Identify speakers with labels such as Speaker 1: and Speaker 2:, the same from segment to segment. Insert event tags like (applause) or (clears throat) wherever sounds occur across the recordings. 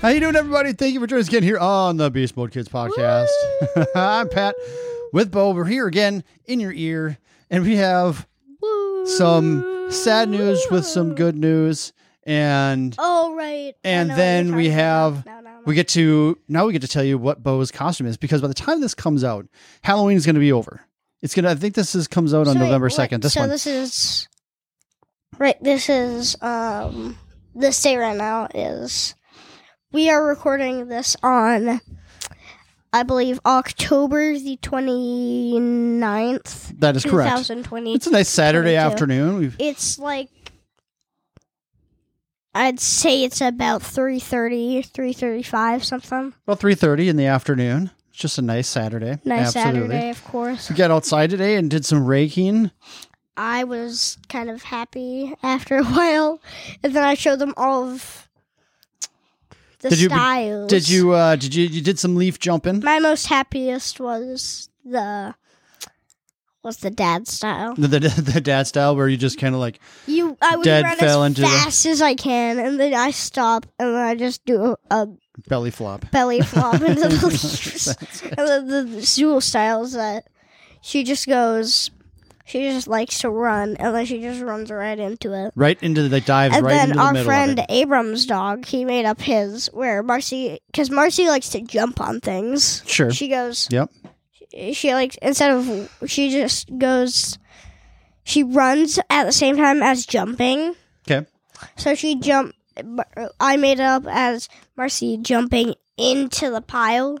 Speaker 1: How you doing, everybody? Thank you for joining us again here on the Beast Mode Kids podcast. (laughs) I'm Pat with Bo. We're here again in your ear, and we have some sad news with some good news, and
Speaker 2: Oh right. I
Speaker 1: And
Speaker 2: know what
Speaker 1: then
Speaker 2: you're
Speaker 1: we
Speaker 2: talking about.
Speaker 1: have-
Speaker 2: No, no, no.
Speaker 1: we get to now we get to tell you what Bo's costume is because by the time this comes out, Halloween is going to be over. It's gonna. I think this is comes out on
Speaker 2: So wait,
Speaker 1: November
Speaker 2: what?
Speaker 1: second. This
Speaker 2: so
Speaker 1: one.
Speaker 2: this is right. This is um. This day right now is we are recording this on. I believe October the 29th,
Speaker 1: that is correct.
Speaker 2: 2020.
Speaker 1: It's a nice Saturday
Speaker 2: 22.
Speaker 1: afternoon. We've
Speaker 2: it's like I'd say it's about 3:30, 3:35 something.
Speaker 1: about three thirty in the afternoon. It's just a nice Saturday.
Speaker 2: Nice
Speaker 1: Absolutely.
Speaker 2: Saturday, of course.
Speaker 1: We got outside today and did some raking.
Speaker 2: I was kind of happy after a (laughs) while, and then I showed them all of the
Speaker 1: Did you be-
Speaker 2: styles.
Speaker 1: Did you? uh Did you? You did some leaf jumping.
Speaker 2: My most happiest was the was the dad style.
Speaker 1: The, the, the dad style where you just kind of like
Speaker 2: You, I would
Speaker 1: Dad
Speaker 2: run
Speaker 1: fell
Speaker 2: as
Speaker 1: into the-
Speaker 2: fast as I can, and then I stop, and then I just do a
Speaker 1: belly flop. (laughs)
Speaker 2: belly flop into the leaves. And then the Zool styles that she just goes, she just likes to run, and then she just runs right into it.
Speaker 1: Right into the, they dive
Speaker 2: And
Speaker 1: right into
Speaker 2: then
Speaker 1: the
Speaker 2: our
Speaker 1: middle
Speaker 2: friend
Speaker 1: of it.
Speaker 2: Abram's dog, he made up his where Marcy, because Marcy likes to jump on things.
Speaker 1: Sure.
Speaker 2: She goes,
Speaker 1: yep.
Speaker 2: she likes, instead of, she just goes, she runs at the same time as jumping.
Speaker 1: Okay.
Speaker 2: So she jumped, I made it up as Marcy jumping into the pile.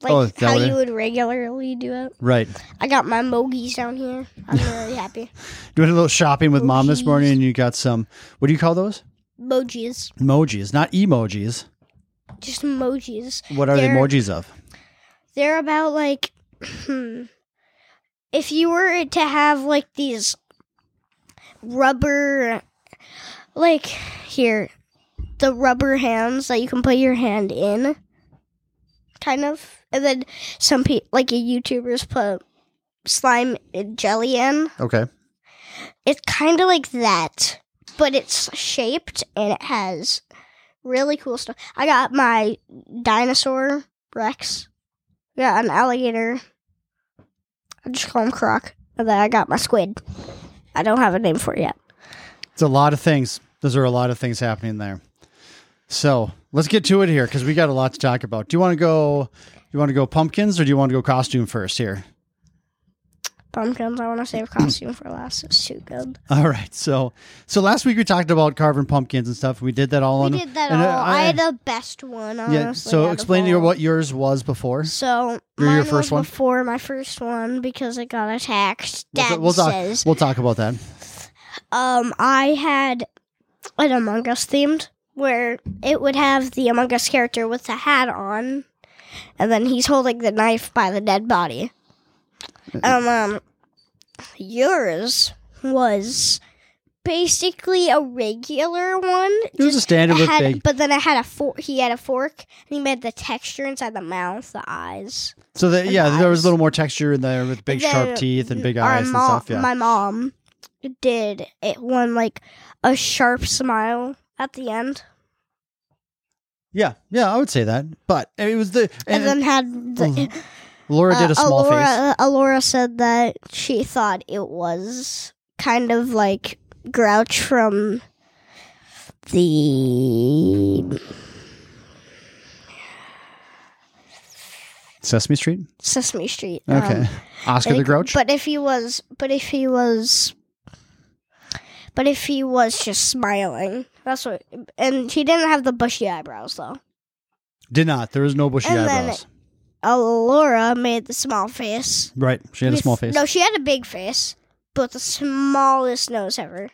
Speaker 2: Like
Speaker 1: Oh, is that
Speaker 2: how
Speaker 1: what it-
Speaker 2: you would regularly do it.
Speaker 1: Right.
Speaker 2: I got my mogies down here. I'm
Speaker 1: (laughs)
Speaker 2: really happy.
Speaker 1: Doing a little shopping with mom this morning, and you got some. What do you call those?
Speaker 2: Mogies.
Speaker 1: Emojis, not emojis.
Speaker 2: Just mogies.
Speaker 1: What are
Speaker 2: They're-
Speaker 1: the emojis of?
Speaker 2: they're about like (clears throat) hmm, if you were to have like these rubber like here the rubber hands that you can put your hand in kind of and then some pe- like youtubers put slime and jelly in
Speaker 1: Okay.
Speaker 2: it's kind of like that but it's shaped and it has really cool stuff i got my dinosaur rex got an alligator i just call him croc and then i got my squid i don't have a name for it yet
Speaker 1: It's a lot of things. Those are a lot of things happening there. So let's get to it here because we got a lot to talk about. Do you want to go? You want to go pumpkins or do you want to go costume first here? (laughs)
Speaker 2: pumpkins i want to save costume for last it's too good
Speaker 1: All right. So so last week we talked about carving pumpkins and stuff. We did that all
Speaker 2: we
Speaker 1: on.
Speaker 2: did that all
Speaker 1: and, uh,
Speaker 2: i,
Speaker 1: I-
Speaker 2: had the best one honestly,
Speaker 1: yeah. So
Speaker 2: out of
Speaker 1: explain to you
Speaker 2: all.
Speaker 1: what yours was before.
Speaker 2: so
Speaker 1: You're
Speaker 2: mine
Speaker 1: your first
Speaker 2: was
Speaker 1: one?
Speaker 2: before my first one because it got attacked
Speaker 1: We'll
Speaker 2: dad
Speaker 1: ta- we'll talk.
Speaker 2: says
Speaker 1: We'll talk about that.
Speaker 2: um, I had an Among Us themed where it would have the Among Us character with the hat on, and then he's holding the knife by the dead body. Um, um yours was basically a regular one.
Speaker 1: It was a
Speaker 2: just
Speaker 1: standard
Speaker 2: it
Speaker 1: with
Speaker 2: had-
Speaker 1: big.
Speaker 2: but then it had a fork. He had a fork, and he made the texture inside the mouth, the eyes,
Speaker 1: So that yeah,
Speaker 2: and
Speaker 1: there was a
Speaker 2: eyes.
Speaker 1: little more texture in there with big
Speaker 2: Then
Speaker 1: sharp teeth and big
Speaker 2: our
Speaker 1: eyes and
Speaker 2: mom-
Speaker 1: stuff. Yeah.
Speaker 2: My mom did it one like a sharp smile at the end,
Speaker 1: Yeah. Yeah. I would say that. But it was the and,
Speaker 2: and, then had the,
Speaker 1: Laura did
Speaker 2: uh,
Speaker 1: a small
Speaker 2: Alora,
Speaker 1: face.
Speaker 2: Alora said that she thought it was kind of like Grouch from the
Speaker 1: Sesame Street.
Speaker 2: Sesame Street. um,
Speaker 1: Okay. Oscar the
Speaker 2: Like,
Speaker 1: Grouch.
Speaker 2: But if he was, but if he was, but if he was just smiling, that's what. And he didn't have the bushy eyebrows though.
Speaker 1: Did not. There was no bushy
Speaker 2: And then-
Speaker 1: eyebrows.
Speaker 2: Laura made the small face.
Speaker 1: right. She had a
Speaker 2: With-
Speaker 1: small face.
Speaker 2: No, she had a big face, but the smallest nose ever.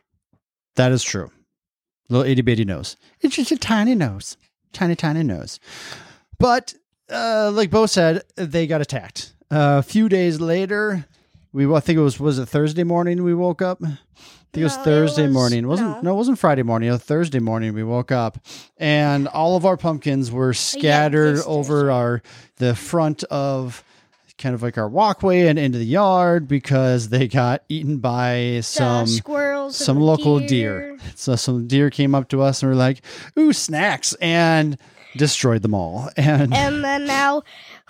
Speaker 1: That is true. Little itty bitty nose. It's just a tiny nose. Tiny, tiny nose. But uh, like Bo said, they got attacked. a few days later, we I think it was was it Thursday morning we woke up. I think it was
Speaker 2: No, it
Speaker 1: Thursday
Speaker 2: was-
Speaker 1: morning. It wasn't
Speaker 2: no.
Speaker 1: no. it wasn't Friday morning. It was Thursday morning we woke up and all of our pumpkins were scattered
Speaker 2: Thursday.
Speaker 1: over our the front of kind of like our walkway and into the yard because they got eaten by
Speaker 2: The
Speaker 1: some
Speaker 2: squirrels. and
Speaker 1: some
Speaker 2: the
Speaker 1: local deer. So some deer came up to us and were like, "Ooh, snacks!" And destroyed them all. And,
Speaker 2: and then now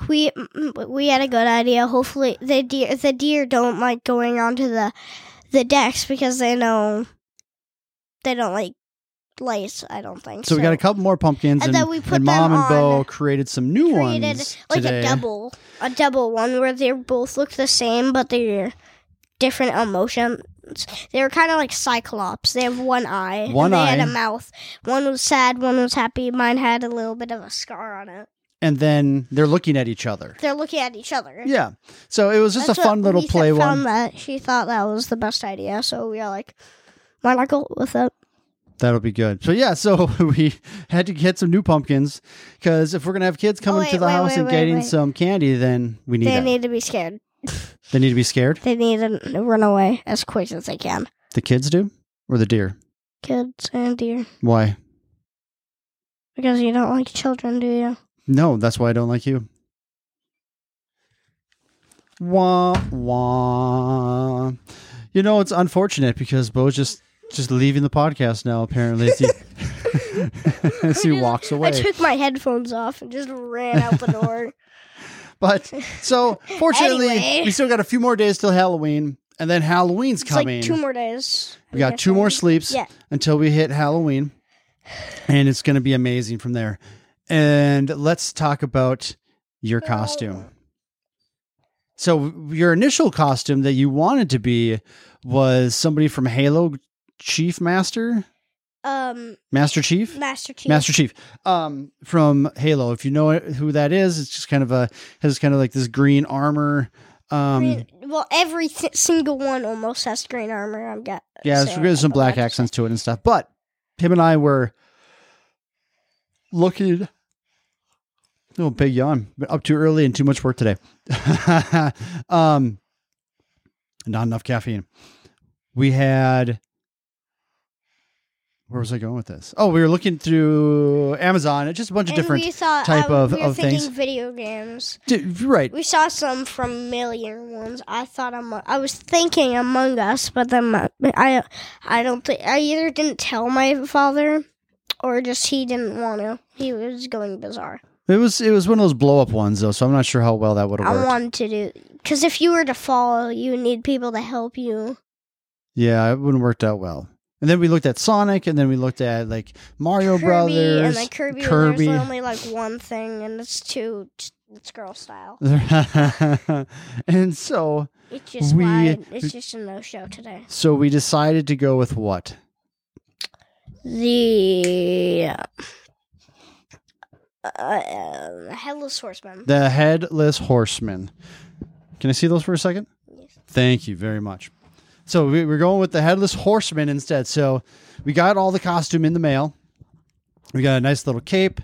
Speaker 2: we mm, we had a good idea. Hopefully the deer the deer don't like going onto the the decks because they know they don't like lights. I don't think
Speaker 1: (laughs) so we got a couple more pumpkins,
Speaker 2: And
Speaker 1: and,
Speaker 2: then we put
Speaker 1: and
Speaker 2: them
Speaker 1: mom and Bo
Speaker 2: on-
Speaker 1: created some new
Speaker 2: created
Speaker 1: ones
Speaker 2: like
Speaker 1: today.
Speaker 2: a double a double one where they both look the same but they're different emotions. They were kind of like cyclops. They have one eye.
Speaker 1: One
Speaker 2: and they had
Speaker 1: eye.
Speaker 2: a mouth. One was sad. One was happy. Mine had a little bit of a scar on it.
Speaker 1: and then they're looking at each other.
Speaker 2: They're looking at each other.
Speaker 1: Yeah, so it was just
Speaker 2: That's
Speaker 1: a
Speaker 2: what
Speaker 1: fun little
Speaker 2: Lisa
Speaker 1: play
Speaker 2: found
Speaker 1: one.
Speaker 2: That she thought that was the best idea, so we are like, why not go with it?
Speaker 1: That'll be good. So yeah, so (laughs) we had to get some new pumpkins because if we're gonna have kids coming
Speaker 2: wait,
Speaker 1: to the
Speaker 2: Oh, wait,
Speaker 1: house
Speaker 2: wait,
Speaker 1: and
Speaker 2: wait,
Speaker 1: getting
Speaker 2: wait.
Speaker 1: some candy, then we need
Speaker 2: They
Speaker 1: that.
Speaker 2: need to be scared.
Speaker 1: they need to be scared.
Speaker 2: They need to run away as quick as they can.
Speaker 1: The kids do, or the deer.
Speaker 2: Kids and deer,
Speaker 1: Why?
Speaker 2: because you don't like children, do you?
Speaker 1: No, that's why I don't like you. Wah wah. You know it's unfortunate because Bo's just just leaving the podcast now. Apparently, as he, (laughs) as he
Speaker 2: I just-
Speaker 1: walks away.
Speaker 2: I took my headphones off and just ran out
Speaker 1: (laughs)
Speaker 2: the door.
Speaker 1: But so fortunately,
Speaker 2: Anyway.
Speaker 1: we still got a few more days till Halloween, and then Halloween's
Speaker 2: it's
Speaker 1: coming.
Speaker 2: like two more days.
Speaker 1: we got two more sleeps
Speaker 2: Yeah.
Speaker 1: until we hit Halloween, and it's going to be amazing from there. And let's talk about your costume. So your initial costume that you wanted to be was somebody from Halo Chief Master,
Speaker 2: Um,
Speaker 1: Master Chief,
Speaker 2: Master Chief.
Speaker 1: Master Chief um, from Halo. If you know it- who that is, it's just kind of a has kind of like this green armor. Um,
Speaker 2: Green- well, every th- single one almost has green armor. I'm got.
Speaker 1: yeah, there's,
Speaker 2: so
Speaker 1: there's some
Speaker 2: I'm allowed
Speaker 1: black
Speaker 2: to say.
Speaker 1: accents to it and stuff. But him and I were looking. No big yawn. Been up too early and too much work today. (laughs) um, not enough caffeine. We had. Where was I going with this? Oh, we were looking through Amazon. It's just a bunch of
Speaker 2: And
Speaker 1: different
Speaker 2: we saw,
Speaker 1: type
Speaker 2: I-
Speaker 1: of-
Speaker 2: we were
Speaker 1: of
Speaker 2: thinking
Speaker 1: things.
Speaker 2: Video games.
Speaker 1: Dude, right.
Speaker 2: We saw some familiar ones. I thought Amo- I was thinking Among Us, but then my, I I don't think I either didn't tell my father, or just he didn't want to. He was going bizarre.
Speaker 1: It was it was one of those blow up ones though, so I'm not sure how well that would have
Speaker 2: I
Speaker 1: worked.
Speaker 2: wanted to do because if you were to fall, you need people to help you.
Speaker 1: yeah, it wouldn't have worked out well. And then we looked at Sonic, and then we looked at like Mario
Speaker 2: Kirby
Speaker 1: Brothers.
Speaker 2: and like Kirby. and
Speaker 1: Kirby.
Speaker 2: There's only like one thing, and it's too it's girl style.
Speaker 1: (laughs) and so
Speaker 2: It's just
Speaker 1: We-
Speaker 2: why it's just a no show today.
Speaker 1: so we decided to go with what?
Speaker 2: the uh, headless horseman.
Speaker 1: The headless horseman. Can I see those for a second?
Speaker 2: Yes.
Speaker 1: Thank you very much. So we, we're going with the headless horseman instead. So we got all the costume in the mail. We got a nice little cape.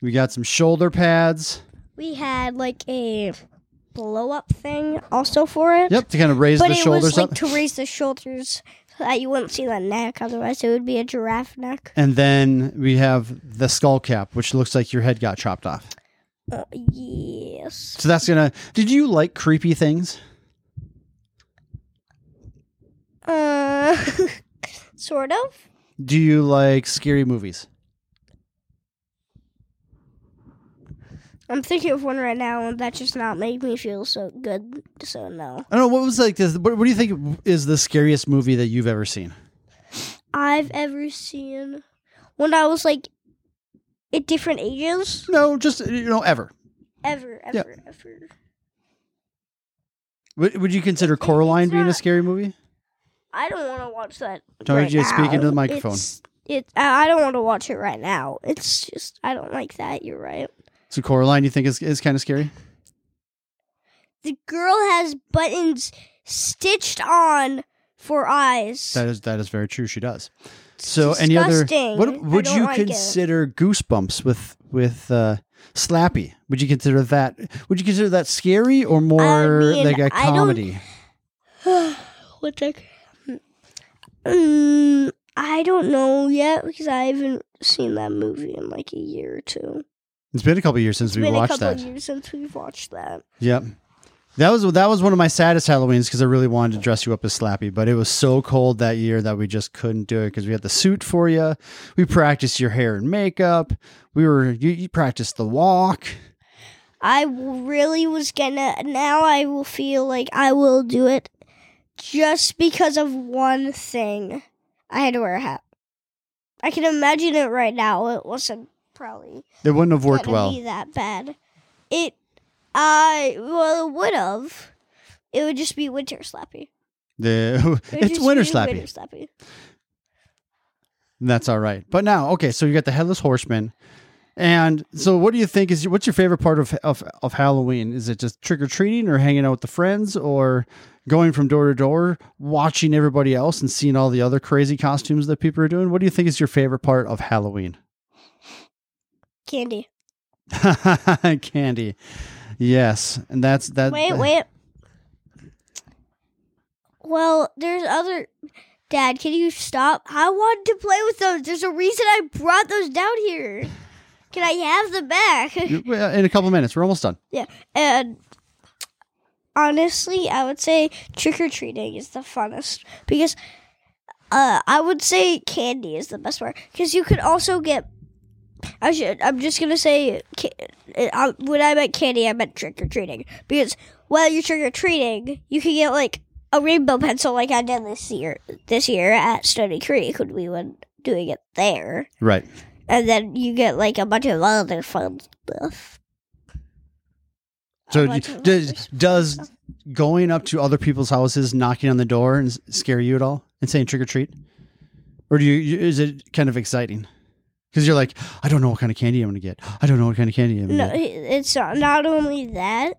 Speaker 1: We got some shoulder pads.
Speaker 2: we had like a blow up thing also for it.
Speaker 1: Yep, to kind of raise
Speaker 2: But
Speaker 1: the
Speaker 2: it was
Speaker 1: shoulders
Speaker 2: like
Speaker 1: up.
Speaker 2: to raise the shoulders so that you wouldn't see the neck. Otherwise, it would be a giraffe neck.
Speaker 1: And then we have the skull cap, which looks like your head got chopped off.
Speaker 2: Uh, yes.
Speaker 1: So that's gonna. Did you like creepy things?
Speaker 2: Uh, sort of.
Speaker 1: Do you like scary movies?
Speaker 2: I'm thinking of one right now, and that just not make me feel so good. So no.
Speaker 1: I don't know. What was like this? What, what do you think is the scariest movie that you've ever seen?
Speaker 2: I've ever seen when I was like at different ages.
Speaker 1: No, just you know, ever.
Speaker 2: Ever,
Speaker 1: Yeah.
Speaker 2: ever, ever.
Speaker 1: Would, would you consider Coraline being a scary movie?
Speaker 2: I don't want to watch that.
Speaker 1: Sorry,
Speaker 2: right
Speaker 1: Jay, speak
Speaker 2: now.
Speaker 1: into the microphone.
Speaker 2: It's, it. I I don't want to watch it right now. It's just I don't like that. You're right.
Speaker 1: So Coraline, you think is is kind of scary?
Speaker 2: The girl has buttons stitched on for eyes.
Speaker 1: That is that is very true. She does.
Speaker 2: It's
Speaker 1: So any other?
Speaker 2: disgusting. I
Speaker 1: What would
Speaker 2: don't
Speaker 1: you
Speaker 2: like it.
Speaker 1: consider Goosebumps with with uh, Slappy? Would you consider that? Would you consider that scary or more
Speaker 2: mean,
Speaker 1: like a
Speaker 2: I don't-
Speaker 1: comedy?
Speaker 2: (sighs) what the? Mm, I don't know yet because I haven't seen that movie in like a year or two.
Speaker 1: It's been a couple years since
Speaker 2: It's
Speaker 1: we
Speaker 2: been a
Speaker 1: watched
Speaker 2: couple
Speaker 1: that.
Speaker 2: of years since we've watched that.
Speaker 1: Yep. That was that was one of my saddest Halloweens because I really wanted to dress you up as Slappy, but it was so cold that year that we just couldn't do it because we had the suit for you. We practiced your hair and makeup. We were you, you practiced the walk.
Speaker 2: I w- really was gonna. Now I will feel like I will do it just because of one thing. I had to wear a hat. I can imagine it right now. It wasn't probably
Speaker 1: It wouldn't have worked
Speaker 2: gonna
Speaker 1: well.
Speaker 2: be that bad. It, I well, it would have. It would just be winter slappy.
Speaker 1: The, (laughs)
Speaker 2: It would
Speaker 1: it's
Speaker 2: just
Speaker 1: winter
Speaker 2: be
Speaker 1: slappy.
Speaker 2: Winter slappy.
Speaker 1: That's all right. But now, okay, so you got the headless horseman, and so what do you think is what's your favorite part of of, of Halloween? Is it just trick or treating, or hanging out with the friends, or going from door to door, watching everybody else and seeing all the other crazy costumes that people are doing? What do you think is your favorite part of Halloween? (laughs)
Speaker 2: Candy.
Speaker 1: Candy. Yes, and that's that.
Speaker 2: Wait, wait. Well, there's other. Dad, can you stop? I wanted to play with those. There's a reason I brought those down here. Can I have them back? (laughs)
Speaker 1: In a couple minutes, we're almost done.
Speaker 2: and honestly, I would say trick or treating is the funnest because uh, I would say candy is the best part because you could also get. I should. I'm just gonna say ca- uh, when I meant candy, I meant trick or treating because while you're trick or treating, you can get like a rainbow pencil, like I did this year. This year at Stony Creek when we went doing it there,
Speaker 1: Right.
Speaker 2: and then you get like a bunch of other fun stuff.
Speaker 1: So d-
Speaker 2: A bunch of other
Speaker 1: does does going up to other people's houses, knocking on the door, and s- scare you at all, and saying trick or treat, or do you- you? Is it kind of exciting? Because you're like, I don't know what kind of candy I'm gonna get. I don't know what kind of candy I'm gonna
Speaker 2: No,
Speaker 1: get.
Speaker 2: it's not, not only that.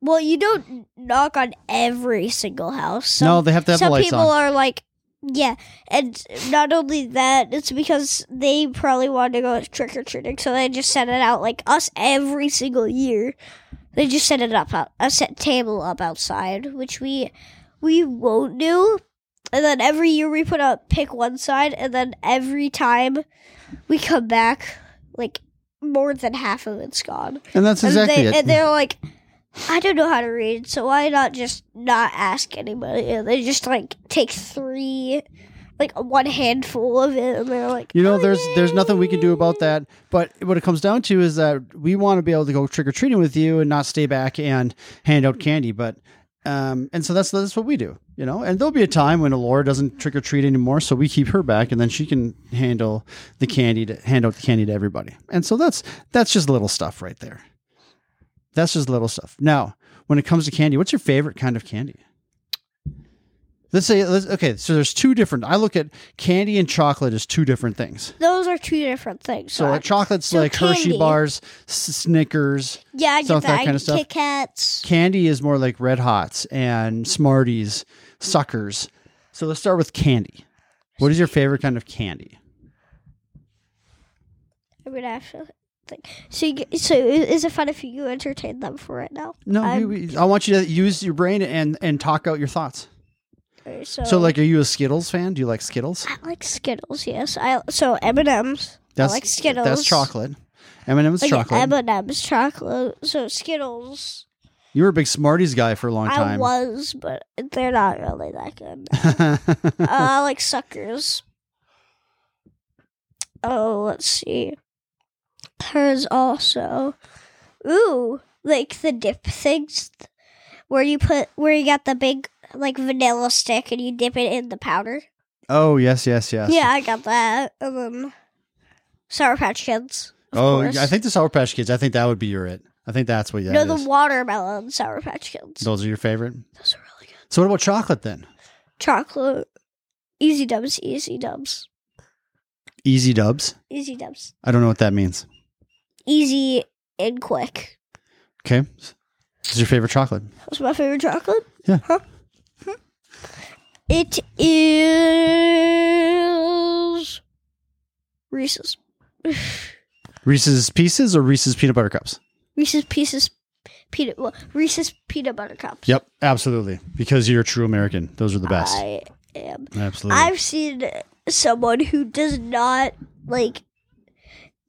Speaker 2: Well, you don't knock on every single house. Some,
Speaker 1: no, they have to have the
Speaker 2: some
Speaker 1: lights
Speaker 2: people
Speaker 1: on.
Speaker 2: are like, yeah, and not only that, it's because they probably wanted to go trick or treating, so they just set it out like us every single year. They just set it up out a set table up outside, which we we won't do. And then every year we put out pick one side, and then every time we come back, like more than half of it's gone.
Speaker 1: and that's exactly
Speaker 2: And, they,
Speaker 1: it.
Speaker 2: and they're like, I don't know how to read, so why not just not ask anybody? And they just like take three, like one handful of it, and they're like,
Speaker 1: You know,
Speaker 2: "Oh,
Speaker 1: there's there's nothing we can do about
Speaker 2: yay."
Speaker 1: that. But what it comes down to is that we want to be able to go trick or treating with you and not stay back and hand out candy. But um, and so that's that's what we do, you know. And there'll be a time when Laura doesn't trick or treat anymore, so we keep her back, and then she can handle the candy to hand out the candy to everybody. And so that's that's just little stuff right there. That's just little stuff. Now, when it comes to candy, what's your favorite kind of candy? Let's say, let's, okay, so there's two different. I look at candy and chocolate as two different things.
Speaker 2: Those are two different things.
Speaker 1: So
Speaker 2: So I-
Speaker 1: like chocolates
Speaker 2: So
Speaker 1: like Hershey
Speaker 2: candy.
Speaker 1: bars, S- Snickers.
Speaker 2: yeah, I
Speaker 1: so
Speaker 2: get
Speaker 1: that
Speaker 2: that. I
Speaker 1: kinda
Speaker 2: get
Speaker 1: stuff.
Speaker 2: Kit Kats.
Speaker 1: Candy is more like Red Hots and Smarties, Suckers. So let's start with candy. What is your favorite kind of candy?
Speaker 2: I would actually think. So, you, get- so is it fun if you entertain them for right now?
Speaker 1: No, we,
Speaker 2: I'm-
Speaker 1: we, I want you to use your brain and and talk out your thoughts.
Speaker 2: Or So,
Speaker 1: So like, are you a Skittles fan? Do you like Skittles?
Speaker 2: I like Skittles. Yes, I so M and M's. I like Skittles.
Speaker 1: That's chocolate. M and M's
Speaker 2: Like
Speaker 1: chocolate.
Speaker 2: M&M's chocolate. So Skittles.
Speaker 1: you were a big Smarties guy for a long
Speaker 2: I
Speaker 1: time.
Speaker 2: was, but they're not really
Speaker 1: (laughs)
Speaker 2: that good. uh, I like suckers. Oh, let's see. Hers also. Ooh, like the dip things where you put where you got the big like vanilla stick and you dip it in the powder.
Speaker 1: oh yes, yes, yes.
Speaker 2: Yeah, I got that. And then Sour Patch Kids. of
Speaker 1: Oh,
Speaker 2: course.
Speaker 1: I think the Sour Patch Kids. I think that would be your it. I think that's what. That
Speaker 2: no, the
Speaker 1: is.
Speaker 2: watermelon Sour Patch Kids.
Speaker 1: Those are your favorite.
Speaker 2: Those are really good.
Speaker 1: So what about chocolate then?
Speaker 2: Chocolate, easy dubs, easy dubs.
Speaker 1: Easy dubs.
Speaker 2: Easy dubs.
Speaker 1: I don't know what that means.
Speaker 2: Easy and quick.
Speaker 1: Okay. What's your favorite chocolate?
Speaker 2: That's my favorite chocolate.
Speaker 1: Yeah.
Speaker 2: Huh? Hmm. It is Reese's.
Speaker 1: Reese's Pieces or Reese's Peanut Butter Cups?
Speaker 2: Reese's pieces peanut well, Reese's peanut butter cups.
Speaker 1: Yep, absolutely. Because you're a true American. Those are the best.
Speaker 2: I am.
Speaker 1: absolutely.
Speaker 2: I've seen someone who does not like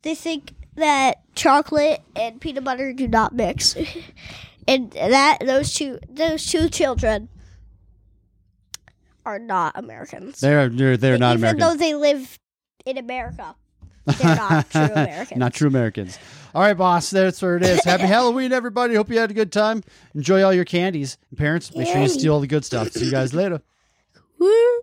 Speaker 2: they think that chocolate and peanut butter do not mix. (laughs) and that those two those two children are not Americans.
Speaker 1: They're they're, they're not
Speaker 2: Even
Speaker 1: American.
Speaker 2: though they live in America,
Speaker 1: (laughs)
Speaker 2: they're not true Americans.
Speaker 1: Not true Americans. All right, boss. That's where it is.
Speaker 2: (laughs)
Speaker 1: Happy Halloween, everybody. Hope you had a good time. Enjoy all your candies. And parents, make sure you
Speaker 2: Candy.
Speaker 1: steal all the good stuff. See you guys later.
Speaker 2: Woo.